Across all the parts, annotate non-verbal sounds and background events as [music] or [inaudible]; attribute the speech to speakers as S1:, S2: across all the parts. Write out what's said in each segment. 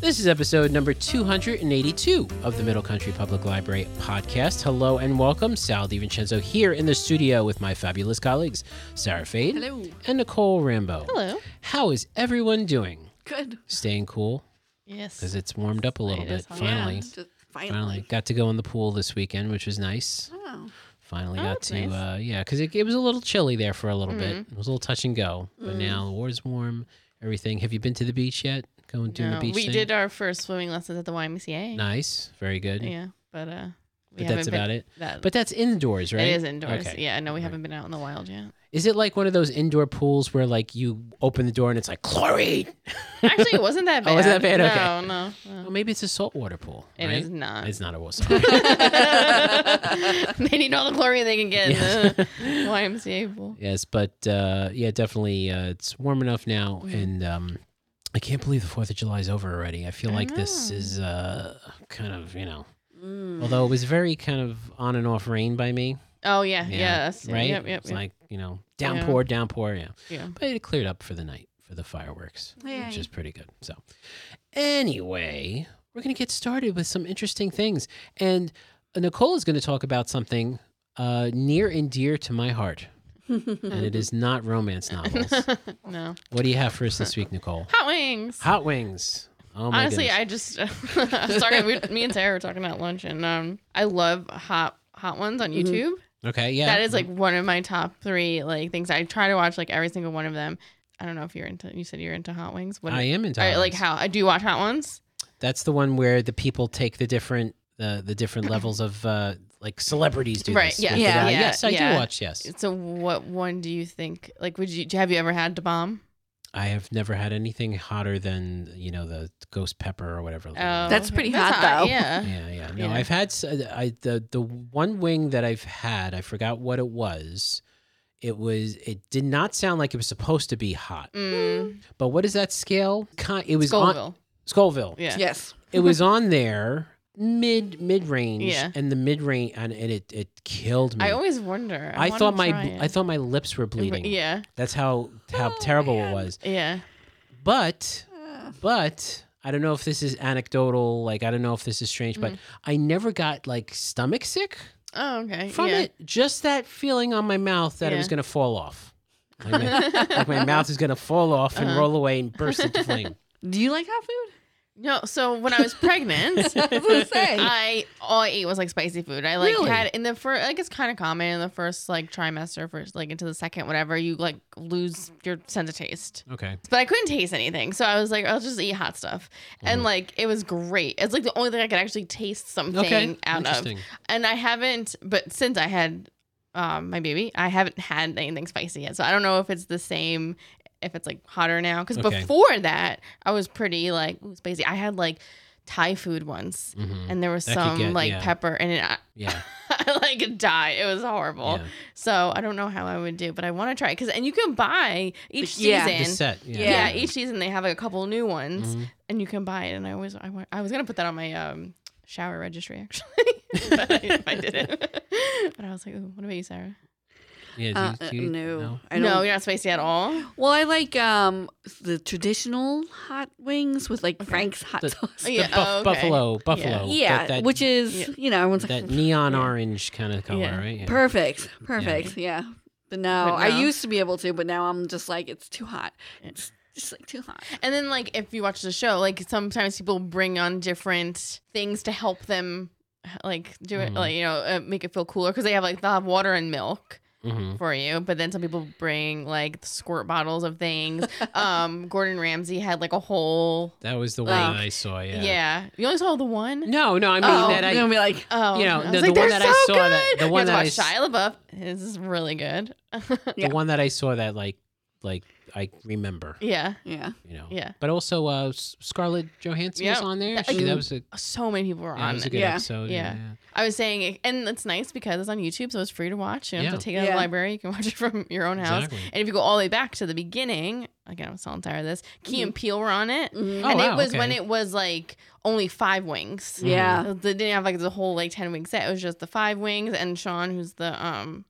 S1: This is episode number 282 of the Middle Country Public Library podcast. Hello and welcome. Sal DiVincenzo here in the studio with my fabulous colleagues, Sarah Fade
S2: Hello.
S1: and Nicole Rambo.
S2: Hello.
S1: How is everyone doing?
S2: Good.
S1: Staying cool?
S2: Yes.
S1: Because it's warmed up a little
S2: It
S1: bit,
S2: is hot.
S1: finally.
S2: Yeah, just finally.
S1: Finally, got to go in the pool this weekend, which was nice.
S2: Wow.
S1: Finally
S2: Oh,
S1: got
S2: that's
S1: to,
S2: nice. Mm-hmm.
S1: uh, yeah, because it, it was a little chilly there for a little bit. It was a little touch and go, but
S2: Mm.
S1: now the water's warm, everything. Have you been to the beach yet? Going doing
S2: No,
S1: the beach
S2: we
S1: thing?
S2: did our first swimming lessons at the YMCA.
S1: Nice, very good.
S2: Yeah, but uh, we
S1: But that's
S2: haven't been-
S1: about it.
S2: That,
S1: But that's indoors, right?
S2: it is indoors.
S1: Okay.
S2: Yeah, no, we
S1: Right.
S2: haven't been out in the wild
S1: [laughs]
S2: yet.
S1: Is it like one of those indoor pools where like you open the door and it's like chlorine?
S2: Actually, it wasn't that bad.
S1: Oh, wasn't that bad?
S2: No, no,
S1: Well,
S2: no.
S1: maybe it's a saltwater pool.
S2: It
S1: right?
S2: is not. [laughs]
S1: It's not a water. Sorry.
S2: they need all the chlorine they can get in the YMCA pool.
S1: [laughs] yes, but uh, yeah, definitely. Uh, it's warm enough now,
S2: Mm.
S1: and um, I can't believe the Fourth of July is over already. I feel
S2: I
S1: like this
S2: know. Mm.
S1: is uh, kind of you know. Although it was very kind of on and off rain by me.
S2: [laughs] Oh yeah, yeah, that's-
S1: right.
S2: Yep, yep,
S1: it's
S2: yep.
S1: like you know downpour, downpour. Yeah.
S2: yeah.
S1: but it cleared up for the night for the fireworks, which
S2: Yay.
S1: is pretty good. So, anyway, we're going to get started with some interesting things. And Nicole is going to talk about something uh, near and dear to my heart. and it is not romance
S2: [laughs]
S1: novels.
S2: no
S1: what do you have for us this week, Nicole?
S2: hot wings.
S1: Hot wings. Oh my
S2: Honestly,
S1: goodness.
S2: I just [laughs] sorry. We, me and Sarah were talking about lunch, and um, I love hot hot ones on
S1: Mm-hmm.
S2: YouTube.
S1: okay, yeah.
S2: That is like one of my top three like things. I try to watch like every single one of them. I don't know if you're into. You said you're into hot wings. What
S1: I am into
S2: All right,
S1: hot
S2: like
S1: wings.
S2: how I do you watch hot ones.
S1: That's the one where the people take the different uh, the different levels of uh, like celebrities do
S2: Right,
S1: this.
S2: yeah,
S1: with the
S2: yeah,
S1: guy.
S2: yeah,
S1: yes, I
S2: yeah.
S1: do watch. Yes,
S2: So what one do you think? Like, would you have you ever had to bomb?
S1: I have never had anything hotter than you know the ghost pepper or whatever.
S3: That's pretty hot, though.
S1: [laughs]
S2: Yeah.
S1: yeah, yeah. No,
S2: Oh. Yeah.
S1: I've had s- uh, I the the one wing that I've had. I forgot what it was. It was. It did not sound like it was supposed to be hot.
S2: Mm,
S1: But what is that scale? Con- it was on
S2: Scoville.
S1: Scoville.
S2: Yeah.
S3: Yes.
S1: It
S2: [laughs]
S1: was on there mid mid range.
S2: Yeah.
S1: And the mid range and and it it killed me.
S2: I always wonder.
S1: I
S2: wanna
S1: thought my
S2: try
S1: I
S2: it.
S1: thought my lips were bleeding.
S2: Yeah.
S1: That's how how terrible it was.
S2: Yeah.
S1: But
S3: Uh,
S1: but I don't know if this is anecdotal, like I don't know if this is strange, but I never got like stomach sick
S2: Oh, okay.
S1: from
S2: yeah.
S1: it. Just that feeling on my mouth that it was
S2: Yeah.
S1: gonna fall off. Like my, like my mouth is gonna fall off and roll away and burst into flame.
S3: Do you like hot [laughs] food?
S2: No, so when I
S1: [laughs]
S2: was pregnant,
S3: I was gonna say.
S2: I all I ate was like spicy food. I like
S1: Really?
S2: had in the first like it's kind of common in the first like trimester, first like into the second, whatever you like lose your sense of taste.
S1: Okay.
S2: But I couldn't taste anything, so I was like, I'll just eat hot stuff,
S1: Mm-hmm.
S2: and like it was great. It's like the only thing I could actually taste something
S1: Okay.
S2: out of.
S1: Interesting.
S2: And I haven't, but since I had um, my baby, I haven't had anything spicy yet, so I don't know if it's the same. If it's like hotter now, because
S1: Okay.
S2: before that I was pretty like ooh, spicy. I had like Thai food once,
S1: Mhm.
S2: and there was
S1: That could
S2: some
S1: get-
S2: like
S1: yeah.
S2: pepper and it, [laughs] I,
S1: Yeah.
S2: I like died. It was horrible.
S1: Yeah.
S2: So I don't know how I would do, but I want to try because and you can buy each
S3: Yeah.
S2: season.
S1: The set. Yeah.
S2: Yeah, each season they have a couple new ones,
S1: Mhm.
S2: and you can buy it. And I always, I, want, I was gonna put that on my um, shower registry
S3: [laughs]
S2: [laughs] actually, but I, I didn't. [laughs] but I was like, Ooh, what about you, Sarah?
S1: Yeah, do
S3: Uh,
S1: you-
S3: uh,
S1: do you-
S3: no, I
S2: No,
S3: don't.
S2: you're not spicy at all.
S3: Well, I like um the traditional hot wings with like Frank's hot
S1: The-
S3: sauce.
S1: The
S2: Yeah,
S1: buff-
S2: oh, okay.
S1: Buffalo, buffalo.
S3: yeah,
S1: that, that,
S3: which is
S2: yeah.
S3: you know everyone's like [laughs]
S1: that neon
S2: Yeah.
S1: orange kind of color,
S2: Yeah.
S1: right? Yeah.
S3: perfect, perfect, yeah. But now
S2: But
S3: I
S2: now-
S3: used to be able to, but now I'm just like it's too hot.
S2: Yeah.
S3: It's just like too hot.
S2: And then like if you watch the show, like sometimes people bring on different things to help them, like do it,
S1: Mhm.
S2: like you know, uh, make it feel cooler because they have like they'll have water and milk.
S1: Mhm.
S2: for you. But then some people bring like squirt bottles of
S1: [laughs]
S2: things. um, Gordon Ramsay had like a whole
S1: That was the one
S3: Like-
S1: that I saw.
S2: yeah.
S1: Yeah.
S2: You only saw the one.
S1: No, no, I mean
S3: oh,
S1: that I
S3: am gonna be like
S2: Oh,
S1: You know,
S2: I was
S1: the- the one
S2: "They're
S1: that I saw that- the
S2: You
S1: one
S2: have to
S1: that I
S2: watch Shia LaBeouf His is really good.
S1: the
S3: Yeah.
S1: one that I saw that like like I remember,
S2: yeah,
S3: yeah.
S1: you know.
S2: yeah.
S1: But also, uh, S- Scarlett Johansson
S2: Yeah.
S1: was on there.
S2: That-
S1: She, that
S3: Mhm.
S1: was a,
S2: So many people were
S1: yeah, that
S2: on
S1: was a
S2: it.
S1: good
S3: Yeah.
S1: episode.
S2: Yeah. I was saying, and it's nice because it's on YouTube, so it's free to watch. You don't have to take it out of
S3: Yeah.
S2: the library. You can [laughs] watch it from your own house.
S1: Exactly.
S2: And if you go all the way back to the beginning, again, I'm so tired of this.
S3: Mm-hmm.
S2: Key and Peele were on it,
S3: Mhm.
S1: Oh,
S2: and
S1: wow,
S2: it was
S1: okay.
S2: when it was like only five wings.
S3: Yeah.
S1: Mm-hmm.
S2: They didn't have like the whole like ten wing set. It was just the five wings and Sean, who's the um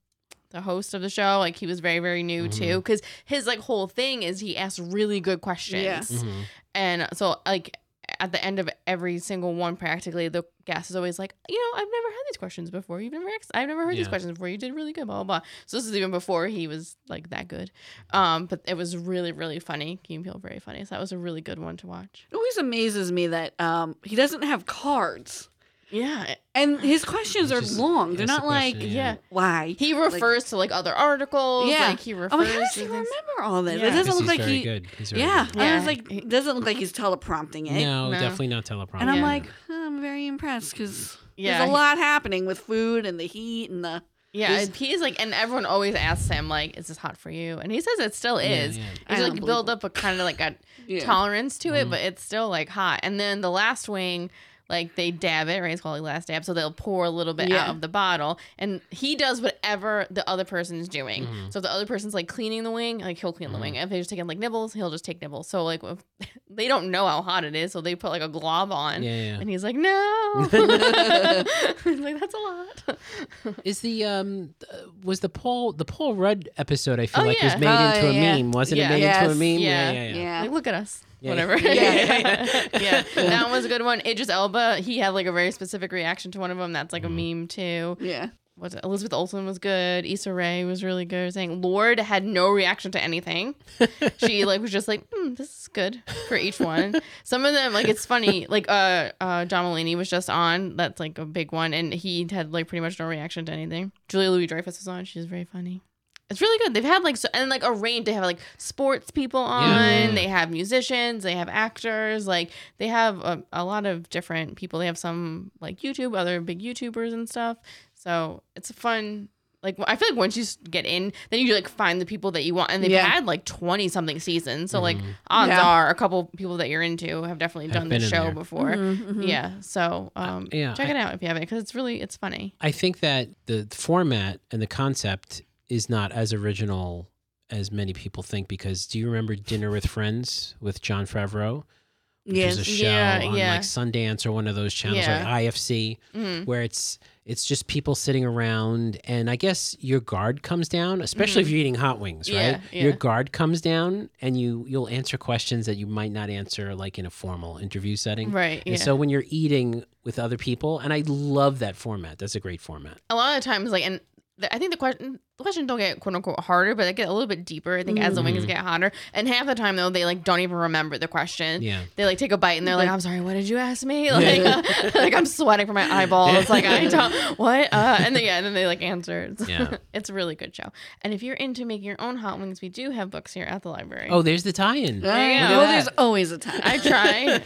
S2: the host of the show. Like he was very very new
S1: Mm-hmm.
S2: too. 'Cause too, because
S1: Mm-hmm.
S2: his like whole thing is he asks really good questions,
S3: Yeah.
S1: Mhm.
S2: and so like at the end of every single one, practically, the guest is always like, you know, I've never had these questions before. You've never, asked, I've never heard these
S1: Yeah.
S2: questions before. You did really good, blah blah blah. So this is even before he was like that good. Um, but it was really, really funny. Key and Peele very funny. So that was a really good one to watch.
S3: It always amazes me that um, he doesn't have cards,
S2: Yeah,
S3: and his questions are
S1: Just
S3: long. They're
S1: ask the
S3: not like
S1: question,
S2: yeah.
S3: why.
S2: He refers to like other articles.
S3: Yeah. Oh
S2: like he refers.
S3: I'm like, how does
S2: to
S3: he
S2: things.
S3: remember all this?
S2: Yeah.
S3: It doesn't
S1: Because
S3: look
S1: he's
S3: like
S1: very
S3: he.
S1: good. He's very
S3: Yeah,
S1: good.
S3: I
S2: Yeah.
S3: was like, it doesn't look like he's teleprompting it.
S1: No,
S2: No.
S1: definitely not teleprompter.
S3: And I'm
S2: Yeah.
S3: like, huh, I'm very impressed because
S2: Yeah,
S3: there's a lot happening with food and the heat and the.
S2: yeah.
S3: He's-
S2: He's like, and everyone always asks him like, "Is this hot for you?" And he says it still
S1: Yeah,
S2: is.
S1: yeah.
S3: I
S2: He's
S3: don't
S2: like
S3: believe
S2: build up a kind of like a
S3: Yeah.
S2: tolerance to it,
S1: Mhm.
S2: but it's still like hot. And then the last wing, like they dab it, right? It's called a last dab, so they'll pour a little bit out
S3: Yeah.
S2: of the bottle, and he does whatever the other person's doing.
S1: Mhm.
S2: So if the other person's like cleaning the wing, like he'll clean the
S1: Mhm.
S2: wing. If they're just taking like nibbles, he'll just take nibbles. So like if, [laughs] they don't know how hot it is, so they put like a glob on.
S1: Yeah, yeah.
S2: And he's like, no. [laughs] He's like, that's a lot.
S1: Is the um th- was the Paul the Paul Rudd episode? I feel
S2: Oh,
S1: like
S2: yeah.
S1: was made
S3: Oh,
S1: into a
S3: yeah.
S1: meme, wasn't
S2: Yeah.
S1: it? Made into a
S3: Yes.
S1: meme.
S2: Yeah.
S1: yeah, yeah. yeah.
S3: Yeah.
S2: Like, look at us.
S1: Yeah. [laughs]
S2: Whatever.
S1: Yeah.
S2: [laughs] yeah. That was a good one. Idris Elba, he had like a very specific reaction to one of them. That's like a meme too.
S3: Yeah.
S2: What's it? Elizabeth Olsen was good. Issa Rae was really good. Saying Lord had no reaction to anything. she like was just like, hmm, this is good for each one. Some of them like it's funny. Like uh, uh John Mulaney was just on. That's like a big one, and he had like pretty much no reaction to anything. Julia Louis Dreyfus was on. She's very funny. It's really good. They've had like so, and like a range. They have like sports people on.
S1: Yeah.
S2: They have musicians. They have actors. Like they have a, a lot of different people. They have some like YouTube, other big YouTubers and stuff. So it's a fun. Like I feel like once you s- get in, then you like find the people that you want, and they've
S3: Yeah.
S2: had like twenty something seasons. So like
S1: Mhm.
S2: odds
S3: Yeah.
S2: are a couple people that you're into have definitely
S1: Have
S2: done
S1: been
S2: the
S1: in
S2: show
S1: there. Uh,
S2: before.
S3: Mm-hmm,
S2: Yeah. So um,
S1: yeah,
S2: check
S1: I-
S2: it out if you haven't, because it's really it's funny.
S1: I think that the format and the concept is not as original as many people think. Because do you remember Dinner with Friends with John Favreau? Which
S3: Yes.
S1: was a show
S2: Yeah,
S1: on
S2: yeah.
S1: like Sundance or one of those channels
S2: Yeah.
S1: like IFC.
S2: Mm.
S1: where it's it's just people sitting around and i guess your guard comes down especially if you're eating hot wings
S2: Mm-hmm. Yeah,
S1: right
S2: yeah.
S1: your guard comes down and you you'll answer questions that you might not answer like in a formal interview setting
S2: Right. Yeah.
S1: and so when you're eating with other people and i love that format that's a great format
S2: a lot of times, like, and the, I think the question the questions don't get quote unquote harder, but they get a little bit deeper. I think as the wings
S3: Mm-hmm.
S1: Mhm.
S2: get hotter, and half the time though, they like don't even remember the question.
S1: yeah
S2: They like take a bite and they're like, "I'm sorry, what did you ask me?" [laughs] Like,
S1: Yeah.
S2: like I'm sweating from my eyeballs. [laughs] Like I don't what. Uh, and then yeah, and then they like answer. [laughs] It's,
S1: Yeah.
S2: it's a really good show. And if you're into making your own hot wings, we do have books here at the library.
S1: oh there's the tie-in
S2: you
S3: Yeah.
S2: go.
S3: Well, there's always a time.
S2: I try.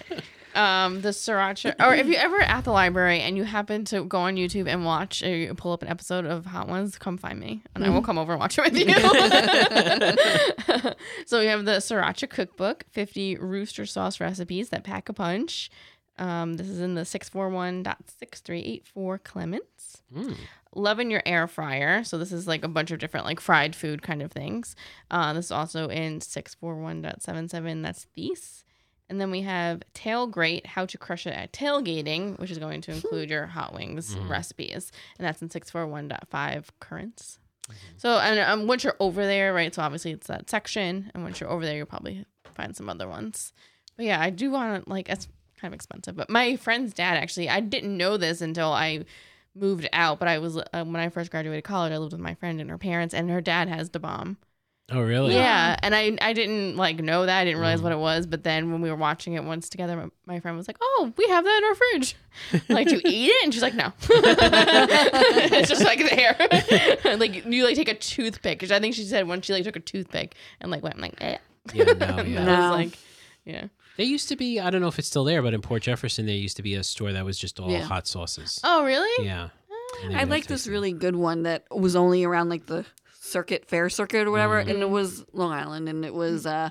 S2: Um, the sriracha, or if you ever at the library and you happen to go on YouTube and watch or you pull up an episode of Hot Ones, come find me and I will come over and watch it with you. so we have the sriracha cookbook, 50 rooster sauce recipes that pack a punch. Um, this is in the 641.6384 Clements
S1: Mm.
S2: loving your air fryer. So this is like a bunch of different like fried food kind of things. Uh, this is also in 641.77. That's these. And then we have Tail Grate, How to Crush It at Tailgating, which is going to include your hot wings
S1: Mhm.
S2: recipes. And that's in 641.5 Currents. So, and um, once you're over there, right? So obviously it's that section. And once you're over there, you'll probably find some other ones. But yeah, I do want to like it's kind of expensive. But my friend's dad actually, I didn't know this until I moved out. But I was uh, when I first graduated college, I lived with my friend and her parents, and her dad has the bomb.
S1: oh really
S2: Yeah, and I I didn't like know that. I didn't realize
S1: Mm.
S2: what it was. But then when we were watching it once together, my, my friend was like, "Oh, we have that in our fridge. I'm like, do you eat it?" And she's like, "No, [laughs] it's just like there. [laughs] like you like take a toothpick. 'Cause I think she said once she like took a toothpick and like went like, eh.
S1: yeah,
S3: [laughs]
S1: no,
S2: And
S1: yeah.
S2: I
S3: No.
S2: was like, yeah.
S1: They used to be, I don't know if it's still there, but in Port Jefferson, there used to be a store that was just all
S3: Yeah. Ah,
S1: hot sauces.
S2: Oh, really?
S1: Yeah. And they
S3: I
S1: would
S3: like
S1: taste
S3: this
S1: them.
S3: really good one that was only around like the circuit, fair circuit or whatever,
S1: Mm-hmm.
S3: and it was Long Island, and it was uh,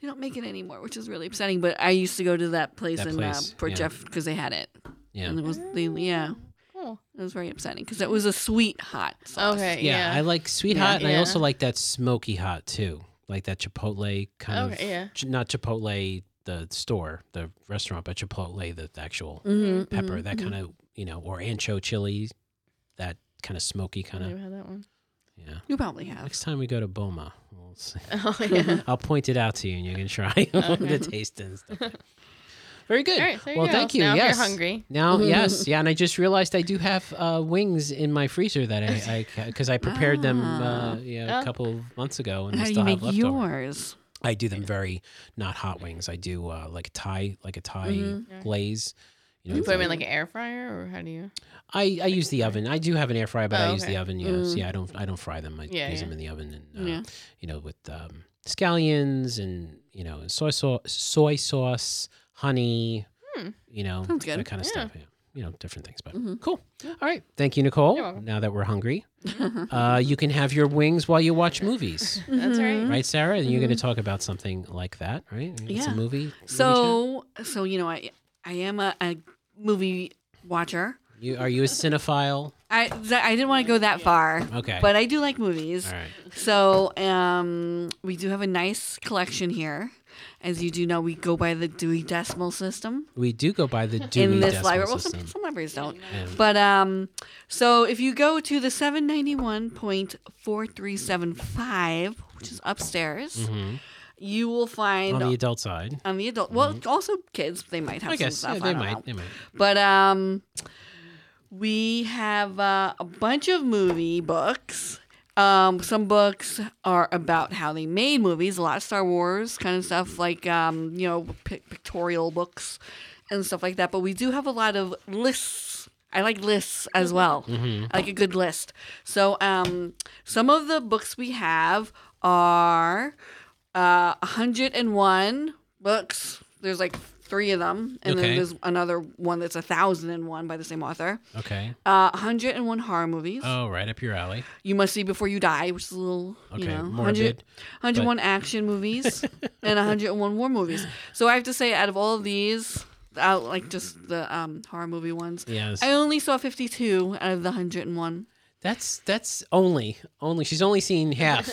S3: they don't make it anymore, which is really upsetting. But I used to go to that place
S1: That
S3: in
S1: place,
S3: uh, Port
S1: yeah.
S3: Jeff because they had it,
S1: Yeah.
S3: and it was they, yeah,
S2: Cool.
S3: it was very upsetting because it was a sweet hot sauce.
S2: Okay.
S1: Yeah, I like sweet
S3: Yeah.
S1: hot, and I
S2: Yeah.
S1: also like that smoky hot too, like that Chipotle kind
S2: Okay,
S1: of.
S2: yeah.
S1: ch- Not Chipotle, the store, the restaurant, but Chipotle, the actual
S3: Mhm,
S1: pepper,
S3: mhm,
S1: that
S3: mhm.
S1: kind of you know, or ancho chili, that kind of smoky
S2: I
S1: kind of.
S2: never had that one. [laughs]
S1: Yeah.
S3: You probably have.
S1: Next time we go to Boma, we'll see.
S2: Oh yeah.
S1: I'll point it out to you, and you can try [laughs]
S2: Okay.
S1: the taste and stuff. Very good.
S2: All right, there
S1: well,
S2: you go.
S1: thank you.
S2: Now
S1: yes.
S2: if you're hungry.
S3: [laughs]
S1: Now, yes, yeah, and I just realized I do have uh, wings in my freezer that I because I, prepared them uh,
S3: Ah.
S1: yeah, a
S2: Oh.
S1: couple of months ago, and I
S3: How do
S1: still
S3: you make
S1: have leftover.
S3: yours?
S1: I do them very not hot wings. I do uh, like a Thai like a Thai
S3: Mhm.
S2: Yeah.
S1: glaze. You
S2: You
S1: it's
S2: put them in
S1: like-
S2: like an air fryer, or how do you?
S1: I, I use the oven. I do have an air fryer, but I
S2: Oh,
S1: use the
S2: okay.
S1: oven. Yeah,
S3: Mm.
S1: yeah. I don't I don't fry them. I
S2: Yeah,
S1: use
S2: yeah.
S1: them in the oven, and uh,
S3: yeah.
S1: you know with um, scallions and you know soy sauce, soy sauce, honey.
S2: Hmm.
S1: You know
S3: Sounds good.
S1: that kind of
S2: Yeah.
S1: stuff. Yeah. You know different things, but
S3: Mhm.
S1: cool. All right, thank you, Nicole.
S2: You're welcome.
S1: Now that we're
S3: [laughs]
S1: hungry, uh, you can have your wings while you watch movies,
S2: That's right.
S3: Mhm.
S1: right, Sarah? And you're going to talk about something like that, right? It's
S3: Yeah.
S1: a movie. movie
S3: So, so you know, I I am a, a movie watcher.
S1: chat? you are you a cinephile?
S3: I th- I didn't want to go that far,
S1: Okay,
S3: but I do like movies.
S1: all right.
S3: So, um, we do have a nice collection here. As you do know, we go by the Dewey Decimal System
S1: We do go by the Dewey
S3: in this
S1: Decimal
S3: library. Well,
S1: System.
S3: some, some libraries don't.
S1: And-
S3: But um, so if you go to the 791.4375, which is upstairs,
S1: Mhm.
S3: you will find
S1: on the adult side.
S3: on the adult. Well, also kids, they might have
S1: I
S3: some
S1: guess
S3: stuff.
S1: yeah,
S3: I
S1: they
S3: don't
S1: might.
S3: know.
S1: They might.
S3: But um, we have uh, a bunch of movie books. Um, some books are about how they made movies, a lot of Star Wars kind of stuff, like um, you know, pic- pictorial books and stuff like that. But we do have a lot of lists. I like lists as well. I like a good list. So um, some of the books we have are uh, 101 books. There's like three of them, and
S1: Okay.
S3: then there's another one that's 1001 by the same author.
S1: Okay.
S3: Uh, 101 horror movies.
S1: Oh, right up your alley.
S3: You must see before you die, which is a little you
S1: Okay,
S3: know, 100,
S1: morbid,
S3: 101
S1: [laughs]
S3: action movies and 101 war movies. So I have to say, out of all of these, out like just the um, horror movie ones,
S1: Yes.
S3: I only saw 52 out of the 101.
S1: That's that's only only she's only
S3: [laughs]
S1: seen half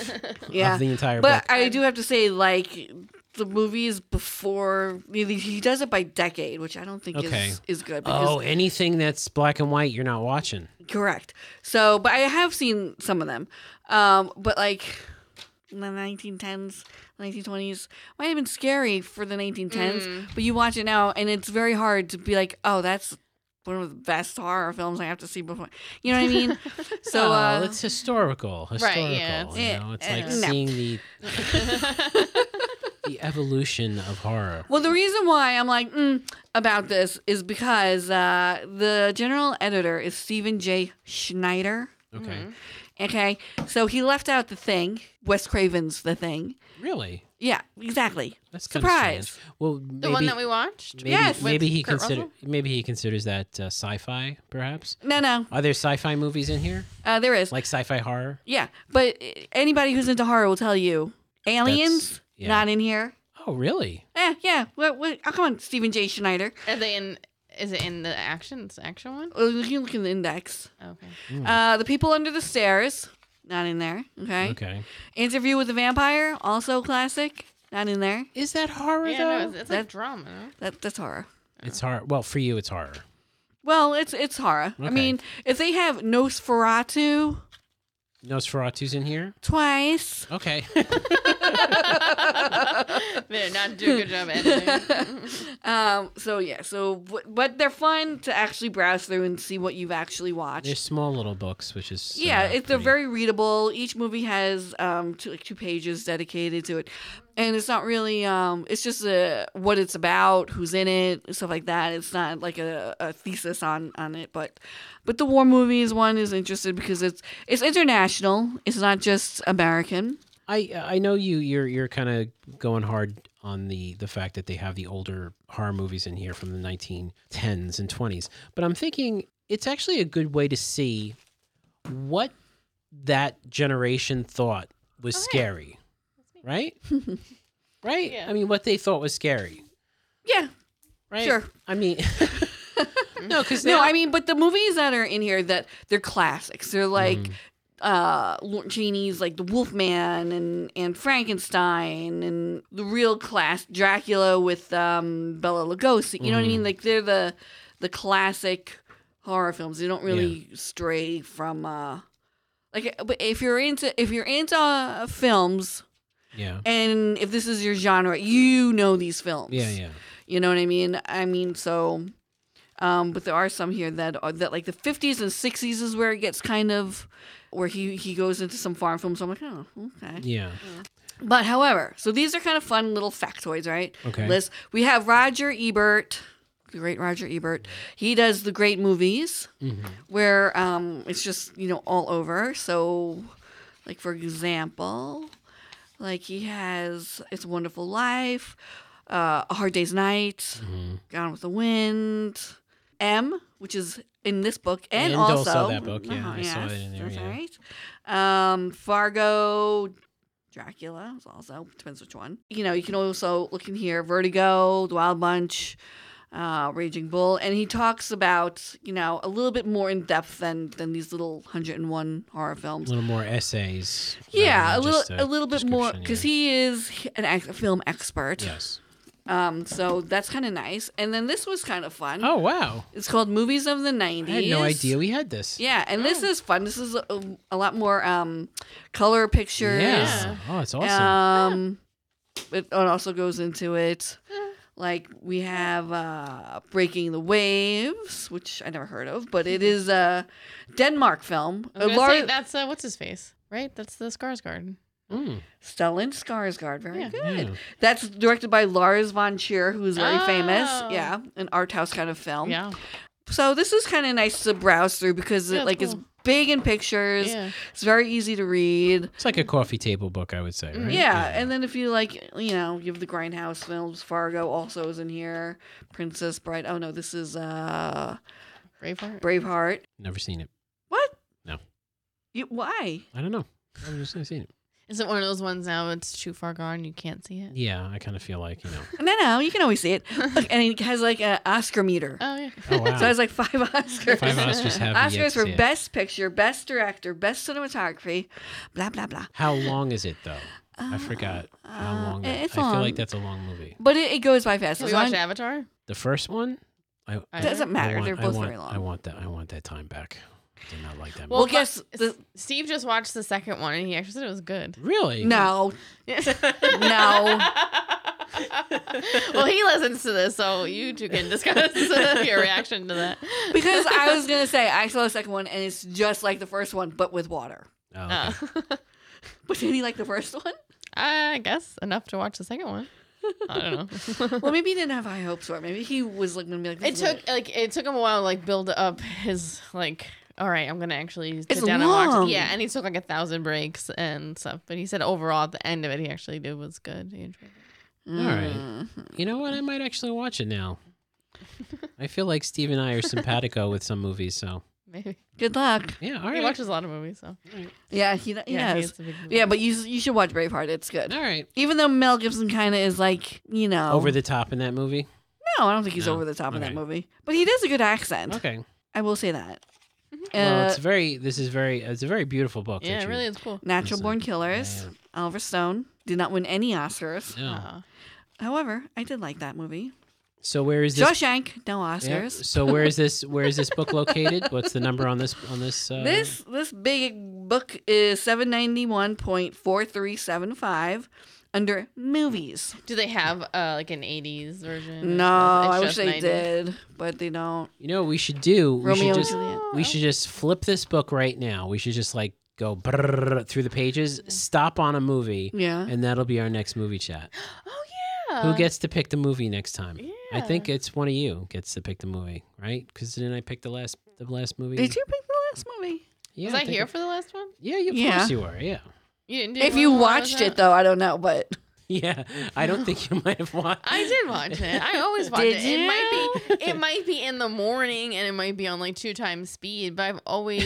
S3: Yeah,
S1: of the entire
S3: but
S1: book.
S3: I do have to say, like the movies before he does it by decade, which I don't think
S1: Okay.
S3: is is good. Because,
S1: Oh, anything that's black and white, you're not watching.
S3: correct. So, but I have seen some of them, um, but like in the 1910s, 1920s might have been scary for the 1910s, but you watch it now and it's very hard to be like, oh, that's. One of the best horror films I have to see before, you know what I mean. So
S1: oh,
S3: uh,
S1: it's historical, historical.
S2: yeah, it's-
S1: you know, it's
S3: eh,
S1: like
S3: eh, no.
S1: seeing the
S2: Mm-hmm. [laughs]
S1: the
S3: [laughs]
S1: evolution of horror.
S3: Well, the reason why I'm like mm, about this is because uh, the general editor is Stephen J. Schneider.
S1: Okay,
S3: Mm-hmm. Okay, so he left out the thing, Wes Craven's the thing.
S1: really,
S3: Yeah, exactly.
S1: that's kinda strange.
S3: Surprise.
S1: Well, maybe,
S2: The one that we watched.
S1: maybe,
S3: Yes.
S1: maybe
S2: With
S1: he
S2: Kurt
S1: consider
S2: Russell?
S1: maybe he considers that uh, sci-fi, perhaps.
S3: No, no,
S1: Are there sci-fi movies in here,
S3: uh, there is.
S1: like sci-fi horror?
S3: yeah, but anybody who's into horror will tell you aliens
S1: yeah.
S3: not in here.
S1: Oh, really?
S3: Eh, yeah. What? What? Oh, come on, Stephen J. Schneider.
S2: Are they in? Is it in the action? It's action one.
S3: Uh, You can look in the index.
S2: Okay.
S1: Hmm.
S3: Uh, the people under the stairs, not in there. Okay.
S1: Okay.
S3: Interview with the Vampire, also classic, not in there.
S1: Is that horror
S2: Yeah,
S1: though?
S2: no, it's, it's like
S3: That-
S2: drama. no?
S3: That that's horror.
S1: It's horror. Well, for you, it's horror.
S3: Well, it's it's horror. I
S1: Okay.
S3: mean, if they have Nosferatu
S1: Nosferatu's in here.
S3: twice,
S1: [laughs] Okay.
S2: [laughs] They're not doing a good job [laughs] editing.
S3: um, so yeah, so w- but they're fun to actually browse through and see what you've actually watched.
S1: They're small little books, which is uh,
S3: yeah, it's they're
S1: pretty-
S3: very readable. Each movie has um two, like two pages dedicated to it, and it's not really um it's just uh what it's about, who's in it, stuff like that. It's not like a, a thesis on on it, but but the war movies one is interested because it's it's international. It's not just American.
S1: I uh, I know you you're you're kind of going hard on the the fact that they have the older horror movies in here from the 1910s and 20s, but I'm thinking it's actually a good way to see what that generation thought
S2: Oh,
S1: was scary, right?
S2: [laughs]
S1: right?
S2: Yeah.
S1: I mean, what they thought was scary,
S3: Yeah,
S1: right?
S3: Sure.
S1: I mean, no, because
S3: [laughs] No, I mean, but the movies that are in here that they're classics. They're like
S1: Mm.
S3: uh Lorne Cheney's like The Wolfman and and Frankenstein and the real class Dracula with um Bella Lugosi. You know what I
S1: Mm.
S3: mean? Like they're the the classic horror films. They don't really stray from uh like uh, but if you're into if you're into uh, films
S1: yeah,
S3: and if this is your genre, you know these films.
S1: yeah, yeah.
S3: You know what I mean? I mean, so, um, but there are some here that are that like the 50s and 60s is where it gets kind of where he he goes into some farm films. So I'm like, oh, okay.
S1: Yeah.
S3: But however, so these are kind of fun little factoids, right?
S1: Okay.
S3: List. We have Roger Ebert, the great Roger Ebert. He does the great movies
S1: Mm-hmm,
S3: where um, it's just you know all over. So, like for example, like he has It's a Wonderful Life, uh, A Hard Day's Night,
S1: mm-hmm.
S3: Gone with the Wind, M, which is in this book, and,
S1: And also
S3: also,
S1: that book, yeah, I saw it in there,
S3: that's
S1: yeah.
S3: right. Um, Fargo, Dracula is also depends which one. You know, you can also look in here Vertigo, The Wild Bunch, uh, Raging Bull, and he talks about you know a little bit more in depth than than these little hundred and one horror
S1: A
S3: films.
S1: little more essays.
S3: Yeah,
S1: rather
S3: a
S1: than
S3: little
S1: just
S3: a little bit more
S1: description,
S3: because
S1: yeah.
S3: he is an ex- a film expert.
S1: Yes.
S3: Um, so that's kind of nice. And then this was kind of fun.
S1: Oh wow!
S3: It's called Movies of the '90s.
S1: I had no idea we had this.
S3: Yeah, and
S2: Oh.
S3: this is fun. This is a, a lot more um, color pictures.
S1: Yeah. Oh, it's awesome.
S3: Um, it, it also goes into it. Like we have uh, Breaking the Waves, which I never heard of, but it is a Denmark film.
S2: I was
S3: Uh,
S2: gonna say,
S3: Lars-
S2: that's uh, what's his face, right? That's the Skarsgård.
S1: Mm,
S3: Stellan Skarsgård, very
S2: Yeah.
S3: good.
S1: Yeah.
S3: That's directed by Lars von Trier, who is very famous.
S2: Oh.
S3: Yeah, an art house kind of film.
S2: Yeah,
S3: So this is kind of nice to browse through because
S2: Yeah,
S3: it
S2: it's
S3: like it's
S2: cool.
S3: big in pictures.
S2: yeah.
S3: It's very easy to read.
S1: It's like a coffee table book, I would say. Right?
S3: Yeah, and then if you like, you know, you have the Grindhouse films. Fargo also is in here. Princess Bride. Oh no, this is uh
S2: Braveheart.
S3: Braveheart.
S1: never seen it.
S3: What?
S1: No.
S3: You, why?
S1: I don't know. I've just never
S3: [laughs]
S1: seen it.
S2: Is it one of those ones now? It's too far gone. You can't see it.
S1: Yeah, I kind of feel like you
S3: [laughs]
S1: know.
S3: No, no, you can always see
S1: [laughs]
S3: it. Look, and it has like an Oscar meter.
S2: Oh yeah. [laughs]
S1: Oh wow!
S3: So it has like five [laughs] Oscars.
S1: Five
S3: [laughs]
S1: Oscars have yet to
S3: Oscars for
S1: see it.
S3: Best Picture, Best Director, Best Cinematography, blah blah blah.
S1: How long is it though? I forgot how
S3: Uh,
S1: long. That,
S3: it's
S1: I feel
S3: long.
S1: like that's a long movie.
S3: But it, it goes by fast.
S2: Did
S3: It's
S2: we watch
S3: on-
S2: Avatar?
S1: The first one. I, I-
S2: It
S3: doesn't
S1: I
S3: matter.
S1: want-
S3: They're
S1: I
S3: both
S1: want-
S3: very long.
S1: I want that. I want that time back. I did not like that.
S3: Well,
S1: movie.
S2: my-
S3: guess the-
S2: Steve just watched the second one and he actually said it was good.
S1: Really?
S3: no,
S2: no.
S3: No.
S2: [laughs] well, he listens to this, so you two can discuss [laughs] your reaction to that.
S3: because I was gonna say I saw the second one and it's just like the first one, but with water.
S1: Oh, okay.
S2: Uh,
S3: But did he like the first one?
S2: I guess enough to watch the second one. I don't
S3: [laughs]
S2: know.
S3: Well, maybe he didn't have high hopes for it. Maybe he was like gonna be like.
S2: [laughs] it
S3: this is
S2: took like it took him a while to like build up his like. All right, I'm gonna actually sit
S3: It's
S2: down and watch.
S3: long.
S2: It. Yeah, and he took like a thousand breaks and stuff. But he said overall at the end of it, he actually did was good. He enjoyed it.
S3: Mm-hmm.
S1: All right. You know what? I might actually watch it
S3: [laughs]
S1: now. I feel like Steve and I are simpatico with some movies, so
S2: Maybe
S3: Good luck.
S1: yeah. All right.
S2: he watches a lot of movies, so
S3: Yeah, he, he
S2: yeah, he
S3: does.
S2: is a big movie.
S3: Yeah, but you you should watch Braveheart. It's good.
S1: All right.
S3: Even though Mel Gibson kind of is like you know
S1: Over the top in that
S3: [laughs]
S1: movie.
S3: no, I don't think he's
S1: No.
S3: over the top in
S1: Okay.
S3: that movie. But he does a good accent.
S1: Okay.
S3: I will say that.
S1: well,
S3: Uh,
S1: it's very. This is very. It's a very beautiful book.
S2: yeah,
S1: that
S2: it
S1: you-
S2: really is cool.
S3: Natural
S1: Listen,
S3: Born Killers.
S1: yeah.
S3: Oliver Stone did not win any Oscars.
S1: Yeah.
S2: Uh,
S3: However, I did like that movie.
S1: So where is this?
S3: Shawshank, no
S1: yeah,
S3: Oscars.
S1: So where
S3: [laughs]
S1: is this? Where is this book located? What's the number on this? On this? Uh,
S3: This this big book is seven ninety one point four three seven five under movies.
S2: do they have uh, like an '80s
S1: Mm,
S2: version?
S3: No,
S2: It's
S3: I wish
S2: just
S3: they
S2: 90s?
S3: did, but they don't.
S1: You know what we should do? We
S3: Romeo
S1: should
S3: and
S1: just.
S3: Juliet.
S1: We should just flip this book right now. We should just like go brrrr through the pages,
S2: Mm-hmm.
S1: stop on a movie,
S3: Yeah.
S1: and that'll be our next movie chat.
S2: Oh yeah.
S1: Who gets to pick the movie next time? I
S2: Yeah.
S1: think it's one of you gets to pick the movie, right? Because didn't I pick the last the last movie?
S3: Did you pick the last movie?
S1: Yeah,
S2: Was
S1: I
S2: I
S1: think
S2: here
S1: I-
S2: for the last one?
S1: yeah, you, of
S3: Yeah.
S1: course you were. Yeah, [laughs]
S2: You didn't. Do
S3: If you
S2: one when I was
S3: watched
S2: out?
S3: it though, I don't know, but [laughs]
S1: yeah. I don't think you might have watched.
S2: [laughs] I did watch it. I always
S3: [laughs]
S2: watch
S3: Did
S2: it. It might be [laughs] it might be in the morning and it might be on like two times speed, but I've
S3: [laughs]
S2: always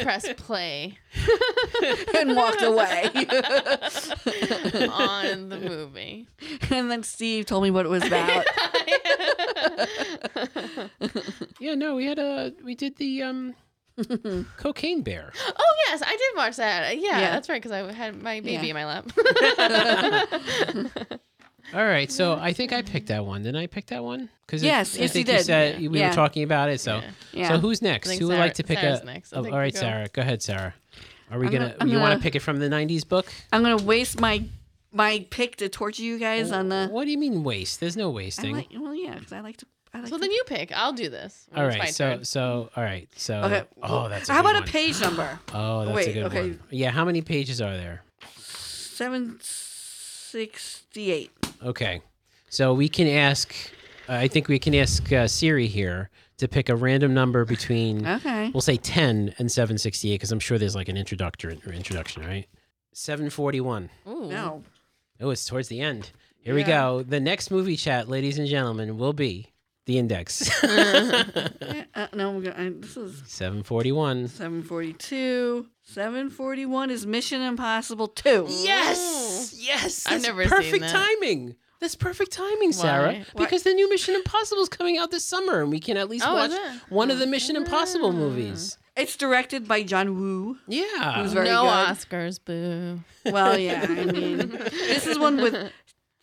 S2: pressed play
S3: and
S1: [laughs]
S3: walked away. [laughs]
S2: on the movie.
S3: [laughs] and then Steve told me what it was
S1: [laughs]
S3: about.
S2: Oh,
S1: Yeah, no, we had a we did the
S2: [laughs]
S1: um cocaine bear.
S2: Oh yes, I did watch that. Uh, Yeah,
S3: Yeah.
S2: that's right because I had my baby
S3: Yeah.
S2: in my
S3: [laughs]
S2: lap.
S1: All right, so I think I picked that one. Didn't I pick that one? Because
S3: Yes,
S1: I
S3: yes, you
S1: think
S3: did.
S1: said we were
S3: Yeah.
S1: talking about it. So,
S2: Yeah.
S3: Yeah.
S1: so who's next?
S2: think
S1: Who would
S2: Sarah-
S1: like to pick
S2: Sarah's
S1: a?
S2: next. I
S1: oh, all
S2: think
S1: right,
S2: go.
S1: Sarah, go ahead, Sarah. Are we
S3: I'm
S1: gonna?
S3: gonna- I'm
S1: you want
S3: gonna-
S1: to pick it from the '90s book?
S3: I'm gonna waste my my pick to torture you guys on the.
S1: What do you mean waste? There's no
S3: I
S1: wasting.
S3: like, well, yeah, because I like to. I like
S2: So
S3: to-
S2: then you pick. I'll do this.
S1: all
S2: It's my
S1: right. So
S2: turn.
S1: so all right. So
S3: Okay.
S1: oh, that's a
S3: How
S1: good
S3: about
S1: one.
S3: a page
S1: [laughs]
S3: number?
S1: Oh, that's a
S3: Wait,
S1: good
S3: okay.
S1: one. Yeah. How many pages are there?
S3: 768.
S1: Okay. So we can ask. I think we can ask uh, Siri here to pick a random number
S3: Oh,
S1: between
S3: Okay.
S1: we'll say 10 and 768 because I'm sure there's like an introduction or introduction, right? 741.
S2: Ooh.
S3: No.
S1: Oh, it's towards the end. Here we
S3: Yeah.
S1: go. The next movie chat, ladies and gentlemen, will be the index.
S3: Yeah, Uh, no, we're gonna, I, this is
S1: 741.
S3: 742. 741 is Mission Impossible 2.
S1: Yes, yes.
S2: I've
S1: that's
S2: never seen
S1: perfect
S2: that.
S1: timing. That's perfect timing, Sarah.
S2: Why?
S3: Why-
S1: Because the new Mission Impossible is coming out this summer, and we can at least
S2: Oh,
S1: watch
S2: is it?
S1: one of the Mission Impossible movies.
S3: It's directed by John Woo.
S1: Yeah.
S3: Who's Very
S2: no
S3: good.
S2: Oscars, boo.
S3: Well, yeah, I mean, [laughs] this is one with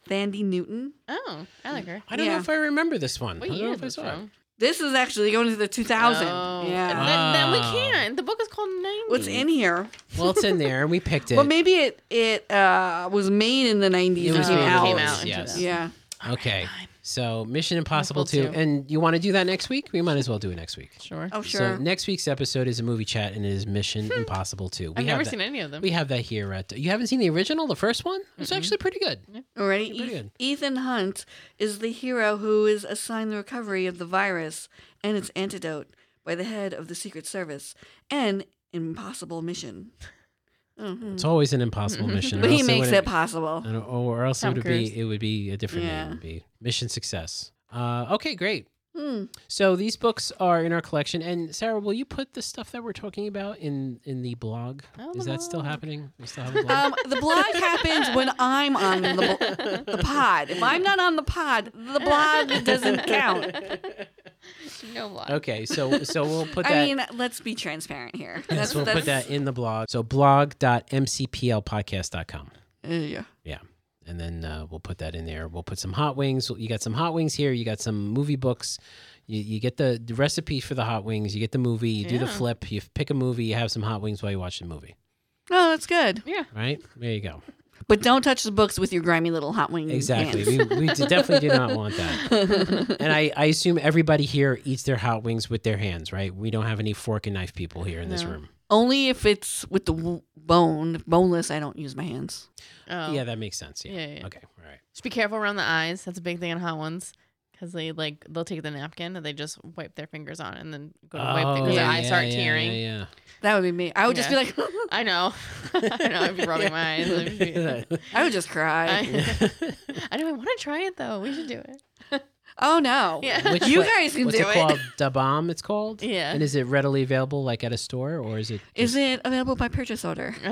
S3: Thandi Newton.
S2: [laughs] Oh, I like her.
S1: I don't know
S3: yeah.
S1: if I remember this one.
S2: What
S1: I don't know
S2: year
S1: if
S2: is
S1: I
S2: this
S1: saw it.
S2: from?
S3: This is actually going to the 2000.
S2: Oh.
S3: Yeah.
S2: Then, then we
S1: Ah.
S2: can't. The book is called 90.
S3: What's in here?
S1: Well, it's in there, and we
S3: [laughs]
S1: picked it.
S3: Well, maybe it it uh, was made in the 90s.
S1: It
S3: and
S1: was
S3: came
S1: made in the
S3: out.
S2: came
S1: 90s,
S2: out in
S1: yes.
S2: 2000.
S3: Yeah.
S1: okay. So Mission Impossible 2.
S2: Impossible two.
S1: And you want to do that next week? We might as well do it next week.
S2: Sure. Hmm.
S3: Oh,
S1: So
S3: sure.
S1: next week's episode is a movie chat, and it is Mission Impossible 2. We
S2: I've
S1: have
S2: never
S1: that-
S2: seen any of them.
S1: We have that here at. You haven't seen the original, the first one? It's actually pretty good.
S3: Already,
S1: pretty
S3: Eth-
S1: good.
S3: Ethan Hunt is the hero who is assigned the recovery of the virus and its antidote by the head of the Secret Service. An impossible mission. Mhm.
S1: It's always an impossible mission. or
S3: But he
S1: else it
S3: makes
S1: wouldn't-
S3: it possible.
S1: And, or else
S2: Tom
S1: it would
S2: Cruise.
S1: be it would be a different name.
S3: Yeah.
S1: It would be Mission Success. Uh, okay, great.
S3: Hmm.
S1: So these books are in our collection, and Sarah, will you put the stuff that we're talking about in in the blog?
S2: Oh, the
S1: Is that still
S2: blog.
S1: happening? We still
S2: [laughs]
S1: have a blog.
S3: Um, the
S1: [laughs]
S3: blog happens when I'm on the, bl- the pod. If I'm not on the pod, the blog doesn't count.
S2: no lie.
S1: okay, so so we'll put that.
S3: I mean, let's be transparent here.
S1: yes, we'll put that in the blog. So blog.mcplpodcast.com.
S3: Uh, yeah.
S1: Yeah. And then uh, we'll put that in there. We'll put some hot wings. You got some hot wings here. You got some movie books. You, you get the, the recipe for the hot wings. You get the movie. You do the
S2: Yeah.
S1: flip. You pick a movie. You have some hot wings while you watch the movie.
S3: Oh, that's good.
S2: Yeah.
S1: Right? There you go.
S3: But don't touch the books with your grimy little hot
S2: Mm,
S3: wing
S1: Exactly.
S3: hands.
S1: we we d- definitely do not want that. [laughs] And I, I assume everybody here eats their hot wings with their hands, right? We don't have any fork and knife people here in this
S2: No.
S1: room.
S3: Only if it's with the w- bone. Boneless, I don't use my hands.
S2: Oh.
S1: Yeah, that makes sense. Yeah.
S2: Yeah, yeah.
S1: Okay. All right.
S2: Just be careful around the eyes. That's a big thing in hot ones. Because they like they'll take the napkin and they just wipe their fingers on it and then go to wipe it because
S3: yeah,
S2: their eyes start tearing.
S1: Oh, Yeah.
S3: That would be me. I would just
S2: Yeah.
S3: be like, [laughs]
S2: I know. [laughs] I know. I'd be rubbing my eyes.
S1: [laughs]
S2: I'd be- [laughs]
S1: yeah.
S3: I would just cry.
S2: I, I know. I want to try it though. We should do it.
S3: oh no.
S2: Yeah. [laughs]
S1: Which
S3: You
S1: one-
S3: guys can
S1: What's
S3: do
S1: it called? Da bomb. It's called.
S2: Yeah.
S1: And is it readily available, like at a store, or is it?
S3: Is it available by purchase
S2: [laughs]
S3: order?
S1: [laughs]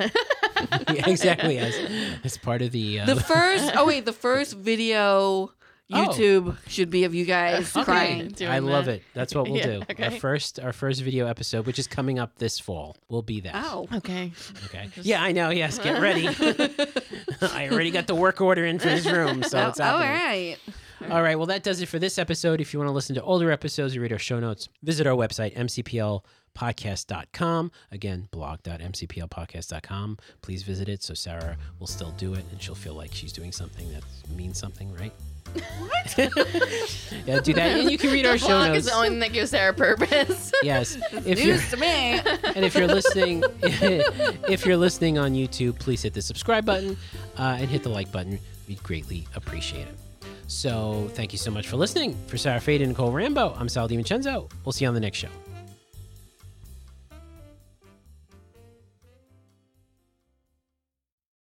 S1: Yeah, exactly as as part of the? Uh,
S3: The
S1: [laughs]
S3: first. Oh wait, the first video YouTube should be of you guys
S2: Oh. Okay.
S3: crying.
S2: doing
S1: I love
S2: that.
S1: it. That's what we'll
S2: Yeah,
S1: do. Our
S2: okay.
S1: first, our first video episode, which is coming up this fall, will be that.
S3: Oh.
S2: Okay.
S1: Okay. Yeah, I know. Yes, get
S2: [laughs]
S1: ready. [laughs] I already got the work order in for this room, so
S3: Oh,
S1: it's
S3: all
S1: happening.
S3: right.
S1: All right. Well, that does it for this episode. If you want to listen to older episodes or read our show notes, visit our website, mcplpodcast.com. Again, blog.mcplpodcast.com. Please visit it so Sarah will still do it and she'll feel like she's doing something that means something, right? What? [laughs] yeah, do that. And you can read
S2: the
S1: our show
S2: vlog
S1: notes.
S2: is the only thing that gives Sarah purpose. [laughs]
S1: yes. If you're,
S3: News to me.
S1: [laughs] and if you're listening, if you're listening on YouTube, please hit the subscribe button uh, and hit the like button. We'd greatly appreciate it. So, thank you so much for listening. For Sarah Fade and Nicole Rambo, I'm Sal DiVincenzo. We'll see you on the next show.